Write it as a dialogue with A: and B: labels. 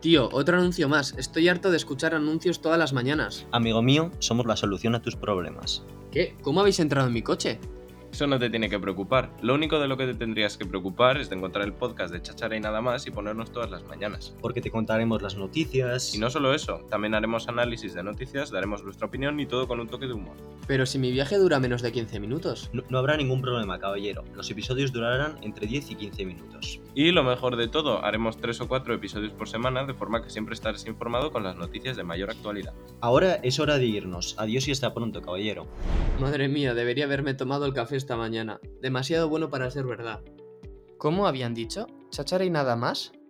A: Tío, otro anuncio más. Estoy harto de escuchar anuncios todas las mañanas.
B: Amigo mío, somos la solución a tus problemas.
A: ¿Qué? ¿Cómo habéis entrado en mi coche?
C: Eso no te tiene que preocupar. Lo único de lo que te tendrías que preocupar es de encontrar el podcast de Chachara y nada más y ponernos todas las mañanas.
B: Porque te contaremos las noticias.
C: Y no solo eso, también haremos análisis de noticias, daremos nuestra opinión y todo con un toque de humor.
A: Pero si mi viaje dura menos de 15 minutos.
B: No, no habrá ningún problema, caballero. Los episodios durarán entre 10 y 15 minutos.
C: Y lo mejor de todo, haremos 3 o 4 episodios por semana de forma que siempre estarás informado con las noticias de mayor actualidad.
B: Ahora es hora de irnos. Adiós y hasta pronto, caballero.
A: Madre mía, debería haberme tomado el café esta mañana. Demasiado bueno para ser verdad. ¿Cómo habían dicho? ¿Chachara y nada más?